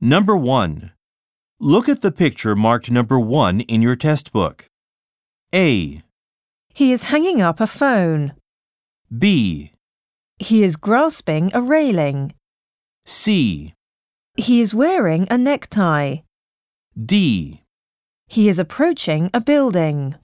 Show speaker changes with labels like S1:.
S1: Number 1. Look at the picture marked number 1 in your test book. A,
S2: He is hanging up a phone.
S1: B,
S2: He is grasping a railing.
S1: C,
S2: He is wearing a necktie.
S1: D.
S2: He is approaching a building.